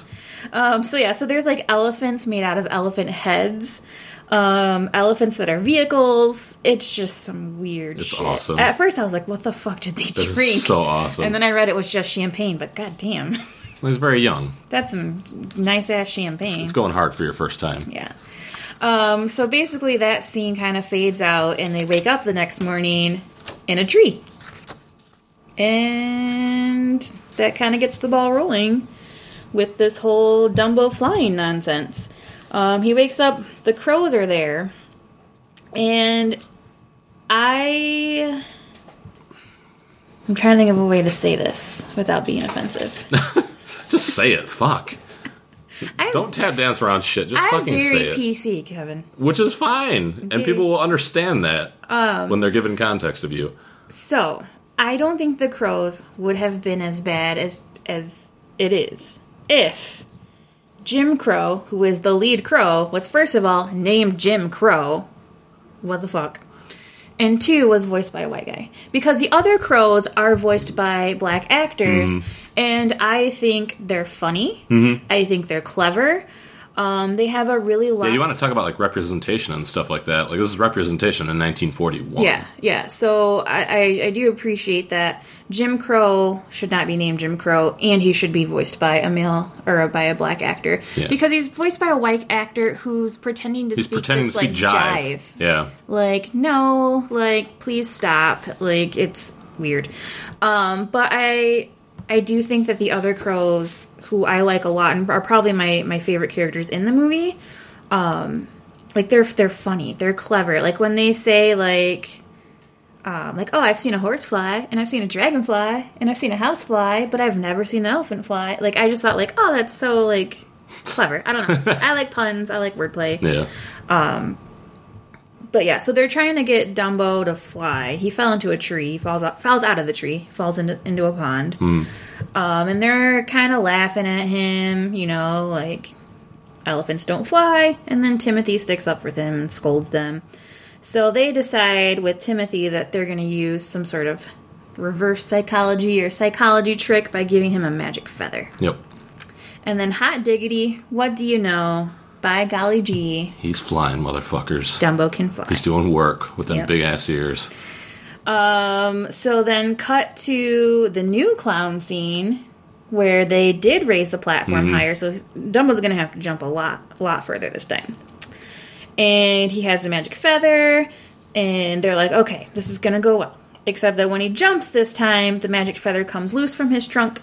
C: Um, so yeah. So there's like elephants made out of elephant heads. Um, elephants that are vehicles. It's just some weird.
B: It's
C: shit.
B: awesome.
C: At first, I was like, "What the fuck did they
B: That is
C: drink?"
B: so awesome.
C: And then I read it was just champagne, but goddamn,
B: Well, he's very young.
C: that's some nice ass champagne.
B: It's going hard for your first time.
C: Yeah. Um, so basically, that scene kind of fades out, and they wake up the next morning in a tree. And that kind of gets the ball rolling with this whole Dumbo flying nonsense. Um, he wakes up, the crows are there, and I. I'm trying to think of a way to say this without being offensive.
B: Just say it. Fuck.
C: I'm,
B: Don't tap dance around shit. Just
C: I'm
B: fucking say
C: very
B: it.
C: PC, Kevin.
B: Which is fine. And people will understand that
C: Um,
B: when they're given context of you.
C: So I don't think the crows would have been as bad as as it is if Jim Crow, who is the lead crow, was first of all named Jim Crow. What the fuck? And two was voiced by a white guy because the other crows are voiced by black actors,
B: Mm-hmm.
C: and I think they're funny. I think they're clever. Um, they have a really long.
B: Yeah, you want to talk about like representation and stuff like that. Like this is representation in 1941.
C: Yeah, yeah. So I, I, I do appreciate that Jim Crow should not be named Jim Crow, and he should be voiced by a male or by a black actor
B: Yeah.
C: because he's voiced by a white actor who's pretending to
B: He's
C: speak
B: pretending
C: this,
B: to speak
C: like
B: jive. Yeah.
C: like no like please stop like it's weird um but i i do think that the other crows who i like a lot and are probably my my favorite characters in the movie um like they're they're funny they're clever like when they say like um, like oh i've seen a horse fly and i've seen a dragonfly and i've seen a house fly but i've never seen an elephant fly like i just thought like oh that's so like clever i don't know i like puns i like wordplay
B: Yeah.
C: but yeah, so they're trying to get Dumbo to fly. He fell into a tree. He falls out, falls out of the tree. Falls into into a pond. Um, and they're kind of laughing at him. You know, like elephants don't fly. And then Timothy sticks up with him and scolds them. So they decide with Timothy that they're going to use some sort of reverse psychology or psychology trick by giving him a magic feather.
B: Yep.
C: And then hot diggity, what do you know? By golly gee,
B: He's flying, motherfuckers.
C: Dumbo can fly.
B: He's doing work with them
C: Yep.
B: big ass ears.
C: Um, So then, cut to the new clown scene where they did raise the platform
B: Mm-hmm.
C: higher. So Dumbo's going to have to jump a lot, a lot further this time. And he has the magic feather, and they're like, "Okay, this is going to go well." Except that when he jumps this time, the magic feather comes loose from his trunk,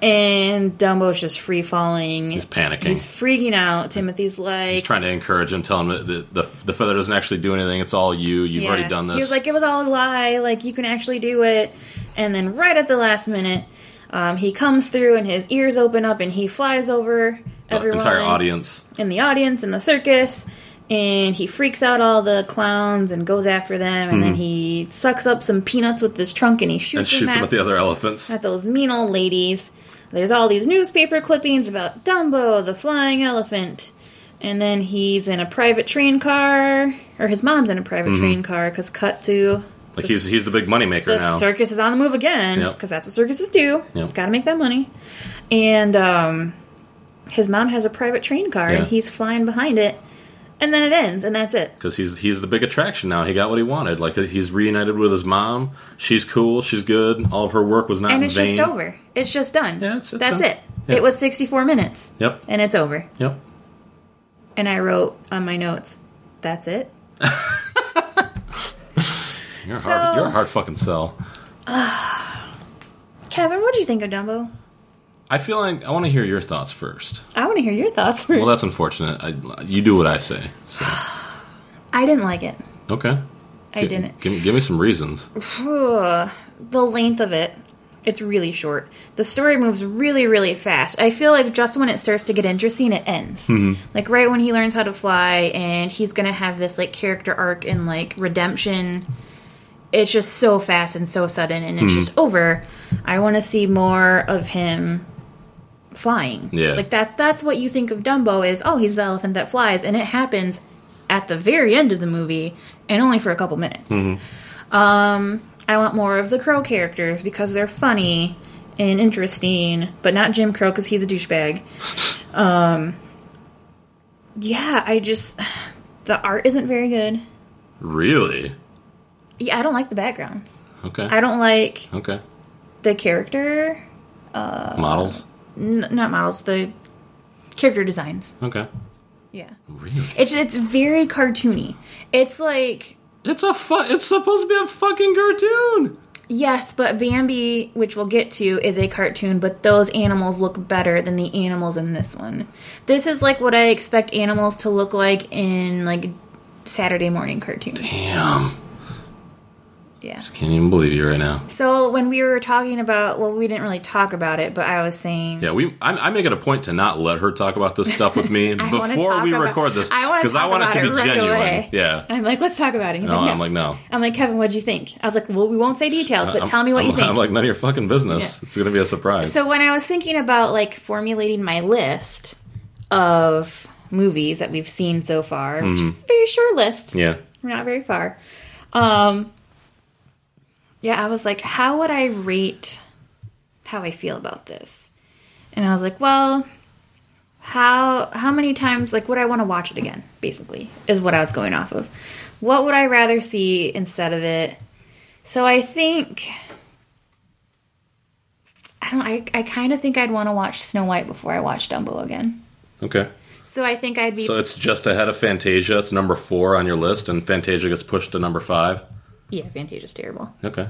C: and Dumbo's just free falling.
B: He's panicking.
C: He's freaking out. Timothy's like,
B: He's trying to encourage him, tell him that the, the, the feather doesn't actually do anything. It's all you. You've
C: Yeah.
B: already done this.
C: He was like, it was all a lie. Like, you can actually do it. And then, right at the last minute, um, he comes through and his ears open up and he flies over
B: the
C: everyone
B: entire audience.
C: in the audience in the circus. And he freaks out all the clowns and goes after them. And then he sucks up some peanuts with his trunk and he shoots,
B: Mm-hmm. And shoots him at the other elephants.
C: at those mean old ladies. There's all these newspaper clippings about Dumbo, the flying elephant. And then he's in a private train car, or his mom's in a private train car, because cut to
B: Mm-hmm. Like he's he's the big moneymaker
C: the
B: now.
C: circus is on the move again,
B: Yep.
C: because that's what circuses do.
B: Yep.
C: Gotta make that money. And um, his mom has a private train car,
B: Yeah.
C: and he's flying behind it. And then it ends, and that's it.
B: because he's he's the big attraction now. He got what he wanted. Like he's reunited with his mom. She's cool. She's good. All of her work was not
C: And
B: in
C: it's
B: vain.
C: just over. It's just done.
B: Yeah, it's- it's
C: that's
B: done.
C: it.
B: Yeah.
C: It was 64 minutes,
B: Yep.
C: and it's over.
B: Yep.
C: And I wrote on my notes, that's it.
B: You're a
C: So-
B: hard. You're a hard fucking sell.
C: Kevin, what did you think of Dumbo?
B: I feel like I want to hear your thoughts first.
C: I want to hear your thoughts first.
B: Well, that's unfortunate. I, you do what I say. So.
C: I didn't like it.
B: Okay.
C: I
B: Gi-
C: didn't.
B: Give, give me some reasons.
C: Ugh, the length of it, it's really short. The story moves really, really fast. I feel like just when it starts to get interesting, it ends. Like right when he learns how to fly, and he's gonna have this like character arc and like redemption, it's just so fast and so sudden and it's just over. I want to see more of him flying.
B: Yeah.
C: Like that's that's what you think of Dumbo is, oh, he's the elephant that flies and it happens at the very end of the movie and only for a couple minutes. Um I want more of the crow characters because they're funny and interesting, but not Jim Crow cuz he's a douchebag. Um yeah, I just the art isn't very good.
B: Really?
C: Yeah, I don't like the backgrounds.
B: Okay.
C: I don't like
B: okay.
C: the character, Uh,
B: Models.
C: n- not models, the character designs.
B: Okay.
C: Yeah,
B: Really?
C: it's it's very cartoony. It's like
B: It's a fu- It's supposed to be a fucking cartoon.
C: yes, but Bambi, which we'll get to, is a cartoon, but those animals look better than the animals in this one. This is like what I expect animals to look like in like Saturday morning cartoons.
B: Damn.
C: Yeah.
B: Can't even believe you right now.
C: So when we were talking about, well, we didn't really talk about it, but I was saying,
B: Yeah, we. I, I make it a point to not let her talk about this stuff with me
C: I wanna
B: before
C: talk
B: we
C: about-
B: record this
C: I
B: I
C: wanna talk
B: want it
C: about
B: to be
C: it right
B: genuine.
C: away.
B: Yeah.
C: I'm like, let's talk about it. He's
B: No,
C: like, no.
B: I'm like no.
C: I'm like, Kevin, what'd you think? I was like, well, we won't say details, but
B: I'm-
C: tell me what
B: I'm-
C: you think.
B: I'm like none of your fucking business.
C: Yeah.
B: It's gonna be a surprise.
C: so when I was thinking about like formulating my list of movies that we've seen so far,
B: Mm-hmm.
C: which is a very short list,
B: yeah.
C: we're not very far. Um, yeah, I was like, how would I rate how I feel about this? And I was like, well, how how many times like would I want to watch it again? Basically, is what I was going off of. What would I rather see instead of it? So I think I don't. I I kind of think I'd want to watch Snow White before I watch Dumbo again.
B: Okay.
C: So I think I'd be
B: So it's just ahead of Fantasia. It's number four on your list, and Fantasia gets pushed to number five.
C: yeah, Fantasia's terrible.
B: Okay.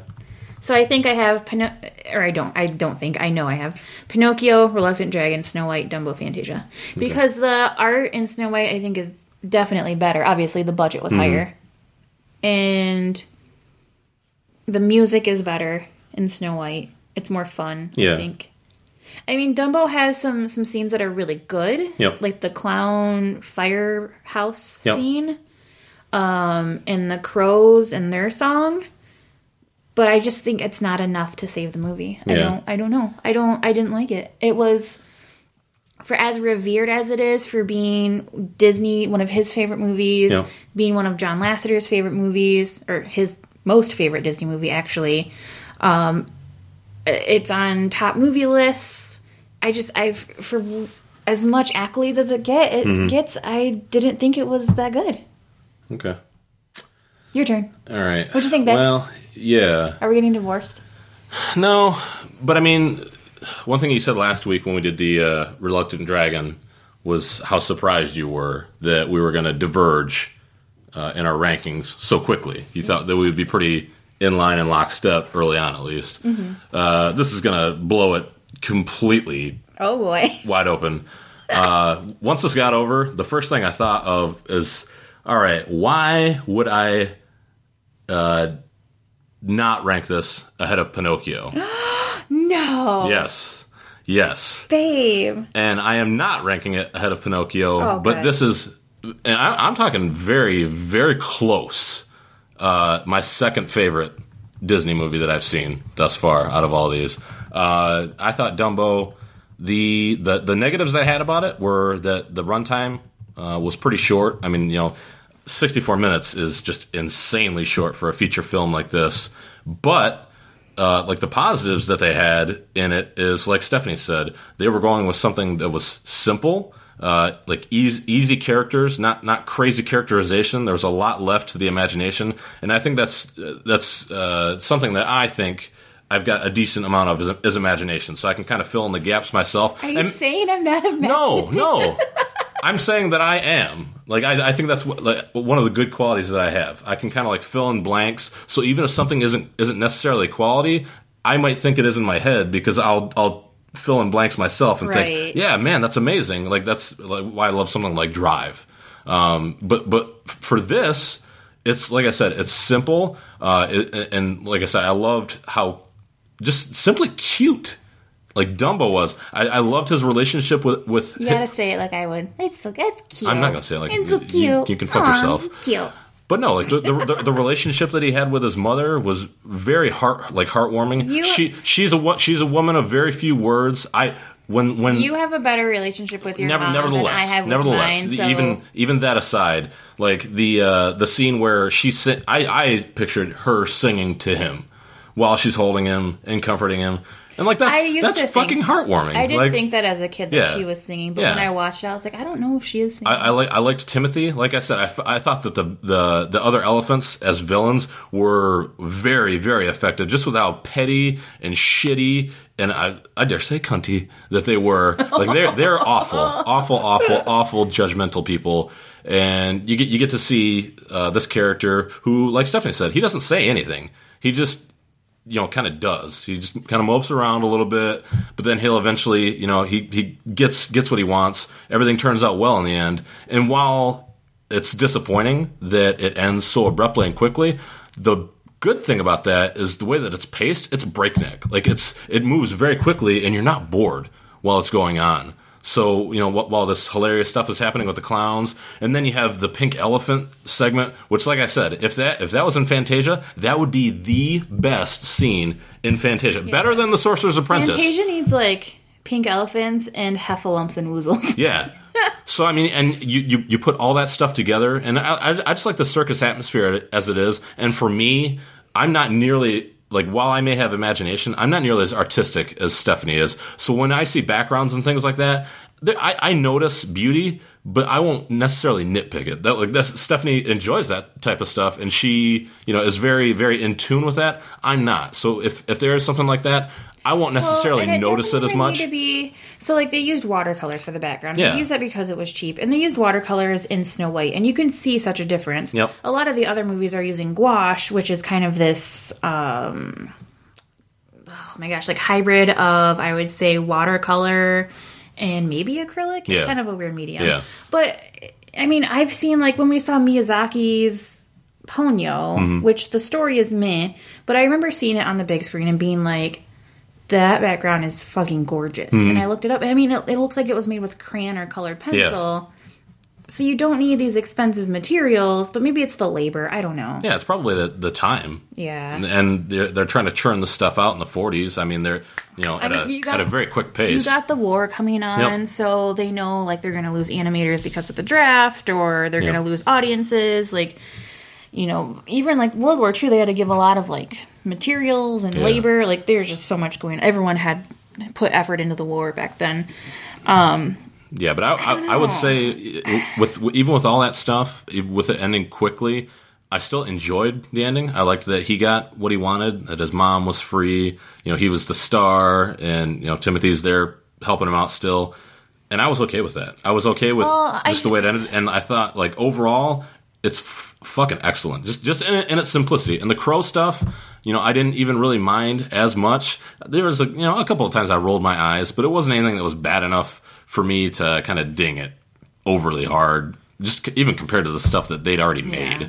C: So I think I have Pino- or I don't. I don't think I know I have Pinocchio, Reluctant Dragon, Snow White, Dumbo, Fantasia, because the art in Snow White I think is definitely better. Obviously, the budget
B: Mm-hmm.
C: was higher, and the music is better in Snow White. It's more fun.
B: Yeah.
C: I think. I mean, Dumbo has some some scenes that are really good.
B: Yep.
C: Like the clown firehouse
B: Yep.
C: scene, um, and the crows and their song. But I just think it's not enough to save the movie. I
B: Yeah.
C: don't. I don't know. I don't. I didn't like it. It was for as revered as it is for being Disney, one of his favorite movies,
B: Yeah.
C: being one of John Lasseter's favorite movies, or his most favorite Disney movie, actually. Um, it's on top movie lists. I just, I've, for as much accolades as it get, it
B: Mm-hmm.
C: gets, I didn't think it was that good.
B: Okay.
C: Your turn.
B: All right. What
C: What'd you think, babe?
B: Well, yeah.
C: Are we getting divorced?
B: No, but I mean, one thing you said last week when we did the uh, Reluctant Dragon was how surprised you were that we were going to diverge uh, in our rankings so quickly. You thought that we would be pretty in line and lockstep early on, at least. Uh, this is going to blow it completely
C: Oh boy.
B: wide open. Uh, once this got over, the first thing I thought of is, all right, why would I uh, not rank this ahead of Pinocchio?
C: No.
B: Yes. Yes.
C: Babe.
B: And I am not ranking it ahead of Pinocchio,
C: Oh,
B: but
C: good.
B: this is, and I, I'm talking very, very close. Uh, my second favorite Disney movie that I've seen thus far out of all these. Uh, I thought Dumbo. The, the the negatives I had about it were that the runtime uh, was pretty short. I mean, you know, 64 minutes is just insanely short for a feature film like this. But uh, like the positives that they had in it is like Stephanie said, they were going with something that was simple, uh, like easy, easy characters, not not crazy characterization. There was a lot left to the imagination, and I think that's uh, that's uh, something that I think. I've got a decent amount of is, is imagination, so I can kind of fill in the gaps myself.
C: Are you
B: And-
C: saying I'm not a
B: no, no. I'm saying that I am. Like I, I think that's what, like, one of the good qualities that I have. I can kind of like fill in blanks. So even if something isn't isn't necessarily quality, I might think it is in my head because I'll I'll fill in blanks myself and
C: Right.
B: think, yeah, man, that's amazing. Like that's like, why I love something like Drive. Um, but but for this, it's like I said, it's simple. Uh, it, and like I said, I loved how just simply cute like Dumbo was. I, I loved his relationship with with.
C: You gotta say it like I would. It's so that's cute.
B: I'm not gonna say it like
C: it's so
B: you-
C: cute.
B: you can fuck
C: Aw,
B: yourself.
C: it's Cute.
B: But no, like the, the, the, the relationship that he had with his mother was very heart like heartwarming.
C: You-
B: she she's a wo- she's a woman of very few words. I when when
C: You have a better relationship with your
B: Never,
C: mom than I
B: nevertheless,
C: have with
B: nevertheless,
C: mine.
B: the-
C: So
B: even even that aside, like the uh, the scene where she si- I I pictured her singing to him while she's holding him and comforting him, and like that's
C: I used
B: that's
C: to
B: fucking
C: think-
B: heartwarming.
C: I did
B: like,
C: think that as a kid that
B: Yeah.
C: she was singing, but
B: Yeah.
C: when I watched it, I was like, I don't know if she is singing.
B: I, I like I liked Timothy. Like I said, I, f- I thought that the, the the other elephants as villains were very very effective, just with how petty and shitty and I I dare say cunty that they were. Like they're they're awful, awful, awful, awful judgmental people. And you get you get to see uh, this character who, like Stephanie said, he doesn't say anything. He just you know kind of does he just kind of mopes around a little bit but then he'll eventually you know he, he gets gets what he wants everything turns out well in the end and while it's disappointing that it ends so abruptly and quickly the good thing about that is the way that it's paced it's breakneck like it's it moves very quickly and you're not bored while it's going on so you know wh- while this hilarious stuff is happening with the clowns and then you have the pink elephant segment which like i said if that if that was in fantasia that would be the best scene in fantasia better than the sorcerer's apprentice
C: Fantasia needs like pink elephants and heffalumps and woozles.
B: yeah so i mean and you, you you put all that stuff together and I, I i just like the circus atmosphere as it is and for me i'm not nearly like while i may have imagination i'm not nearly as artistic as stephanie is so when i see backgrounds and things like that there, I, I notice beauty but i won't necessarily nitpick it that like that's, stephanie enjoys that type of stuff and she you know is very very in tune with that i'm not so if if there is something like that i won't necessarily
C: Well, and
B: notice it
C: doesn't
B: as
C: even
B: much
C: Need to be, so like they used watercolors for the background.
B: Yeah.
C: They used that because it was cheap, and they used watercolors in Snow White, and you can see such a difference.
B: Yep.
C: A lot of the other movies are using gouache, which is kind of this. Um, oh my gosh, like hybrid of I would say watercolor and maybe acrylic.
B: Yeah.
C: It's kind of a weird medium.
B: Yeah.
C: But I mean, I've seen like when we saw Miyazaki's Ponyo, which the story is meh, but I remember seeing it on the big screen and being like, that background is fucking gorgeous. And I looked it up. I mean, it, it looks like it was made with crayon or colored pencil. So you don't need these expensive materials, but maybe it's the labor. I don't know.
B: yeah it's probably the, the time
C: Yeah.
B: and, and they're, they're trying to churn this stuff out in the 40s. I mean, they're you know at,
C: mean,
B: a,
C: you got-
B: at a very quick
C: You
B: pace.
C: got the war coming on,
B: Yep.
C: so they know like they're going to lose animators because of the draft, or they're
B: Yeah.
C: going to lose audiences. Like, you know, even like World War II, they had to give a lot of like materials and
B: Yeah.
C: labor. Like, there's just so much going. Everyone had put effort into the war back then.
B: yeah, but I, I, I would say uh, with even with all that stuff, e- with it ending quickly, I still enjoyed the ending. I liked that he got what he wanted, that his mom was free. You know, he was the star, and you know Timothy's there helping him out still. And I was okay with that. I was okay with
C: Well, I-
B: just the way it ended, and I thought like overall, it's f- fucking excellent. Just just in, in its simplicity. And the crow stuff, you know, I didn't even really mind as much. There was a you know a couple of times I rolled my eyes, but it wasn't anything that was bad enough for me to kind of ding it overly hard. Just c- even compared to the stuff that they'd already made.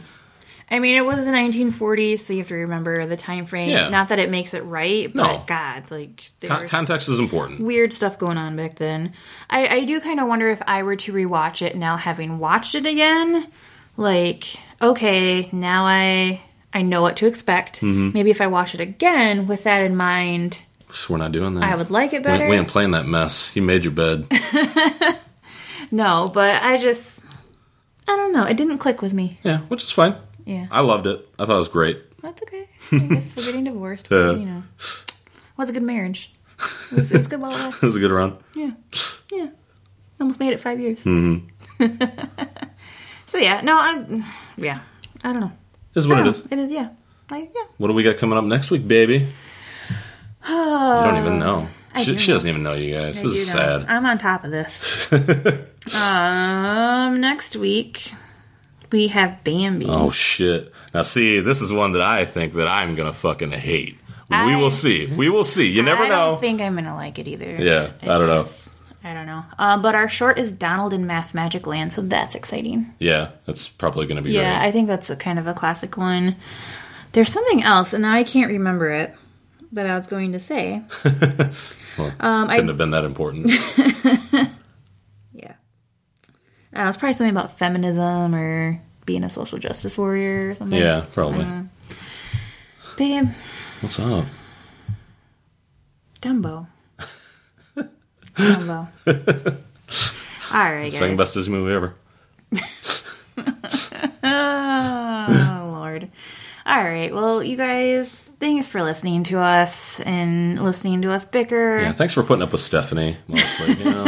C: I mean, it was the 1940s, so you have to remember the time frame.
B: Yeah.
C: Not that it makes it right, but
B: No.
C: God, like there
B: Con-
C: was-
B: context is important.
C: weird stuff going on back then. I, I do kind of wonder if I were to rewatch it now, having watched it again, like okay, now I I know what to expect.
B: Mm-hmm.
C: Maybe if I watch it again with that in mind,
B: So we're not doing that.
C: I would like it
B: We ain't-
C: better.
B: we ain't playing that mess. You made your bed.
C: No, but I just I don't know. It didn't click with me.
B: yeah, which is fine.
C: Yeah,
B: I loved it. I thought it was great.
C: that's okay. I guess we're getting divorced. but,
B: Yeah.
C: You know, was a good marriage. It was, it was good while it lasted.
B: It was a good round.
C: Yeah. Yeah. Almost made it five years. Mm-hmm. so yeah, no, I, yeah, I don't know.
B: Is what
C: I
B: it
C: don't
B: is.
C: know. It is, yeah. I, yeah.
B: What do we got coming up next week, baby? You don't even know. She,
C: do
B: she doesn't even know you guys. This is
C: You know,
B: sad.
C: I'm on top of this. um, next week we have Bambi.
B: Oh shit! Now see, this is one that I think that I'm gonna fucking hate. we
C: I-
B: will see. We will see. You never
C: I
B: know.
C: don't think I'm gonna like it either.
B: yeah, I don't know.
C: I don't know. Uh, but our short is Donald in Math Magic Land, so that's exciting.
B: Yeah, that's probably gonna be
C: Yeah,
B: great.
C: I think that's a kind of a classic one. There's something else, and now I can't remember it that I was going to say.
B: Well,
C: um,
B: Couldn't
C: I
B: have been that important.
C: yeah, uh, it's probably something about feminism or being a social justice warrior or something.
B: Yeah, probably.
C: Uh-huh. Babe,
B: What's up?
C: Dumbo. Dumbo. All right, guys.
B: Second best Disney movie ever.
C: Oh, Lord. All right. Well, you guys, thanks for listening to us and listening to us bicker.
B: Yeah, thanks for putting up with Stephanie. Mostly, you, know,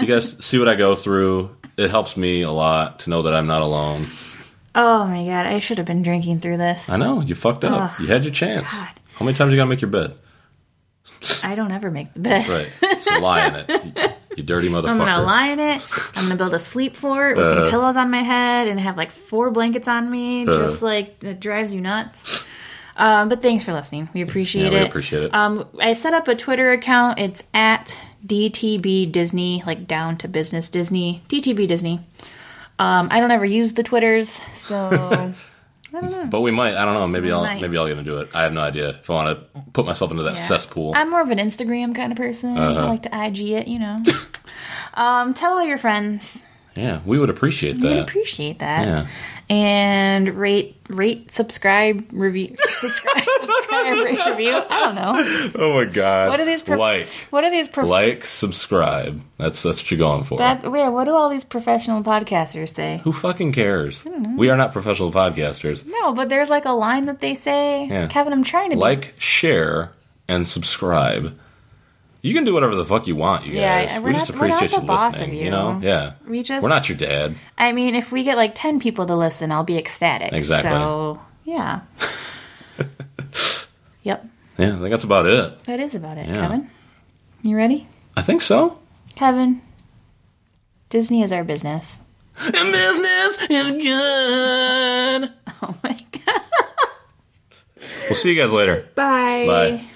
B: you guys see what I go through. It helps me a lot to know that I'm not alone.
C: Oh, my God. I should have been drinking through this.
B: I know you fucked up. you had your chance. How many times you gotta make your bed?
C: I don't ever make the bed.
B: Right, so lie in it. You, you dirty motherfucker.
C: I'm gonna lie in it. I'm gonna build a sleep fort with some
B: Uh.
C: pillows on my head and have like four blankets on me. just like it drives you nuts. Um, but thanks for listening. We appreciate
B: Yeah, we
C: it.
B: appreciate it.
C: Um, I set up a Twitter account. It's at DTB Disney, like down to business Disney. DTB Disney. Um, I don't ever use the Twitters, so
B: But we might. I don't know. Maybe I'll.
C: might.
B: Maybe I'll get into it. I have no idea if I want to put myself into that
C: Yeah.
B: cesspool.
C: I'm more of an Instagram kind of person.
B: Uh-huh.
C: I like to IG it, you know. um, tell all your friends.
B: yeah, we would appreciate
C: We'd
B: that.
C: appreciate that.
B: Yeah.
C: And rate, rate, subscribe, review, subscribe, subscribe, rate, review. I don't know.
B: oh my god.
C: What are these? prof-
B: like?
C: What are these? Prof-
B: Like, subscribe. That's that's what you're going for.
C: that, yeah, what do all these professional podcasters say?
B: Who fucking cares? We are not professional podcasters.
C: No, but there's like a line that they say.
B: Yeah.
C: Kevin, I'm trying to be-
B: Like, share, and subscribe. You can do whatever the fuck you want, you
C: Yeah,
B: guys.
C: and
B: we
C: we're
B: just
C: not- we're not
B: appreciate
C: the
B: you
C: boss
B: listening.
C: of
B: you.
C: you.
B: know, yeah.
C: We just-
B: we're not your dad.
C: I mean, if we get like ten people to listen, I'll be ecstatic.
B: Exactly.
C: So yeah. yep,
B: Yeah, I think that's about it.
C: that is about it,
B: Yeah.
C: Kevin. You ready,
B: I think so.
C: Kevin? Disney is our business.
B: And business is good.
C: Oh my god.
B: We'll see you guys later.
C: Bye.
B: Bye.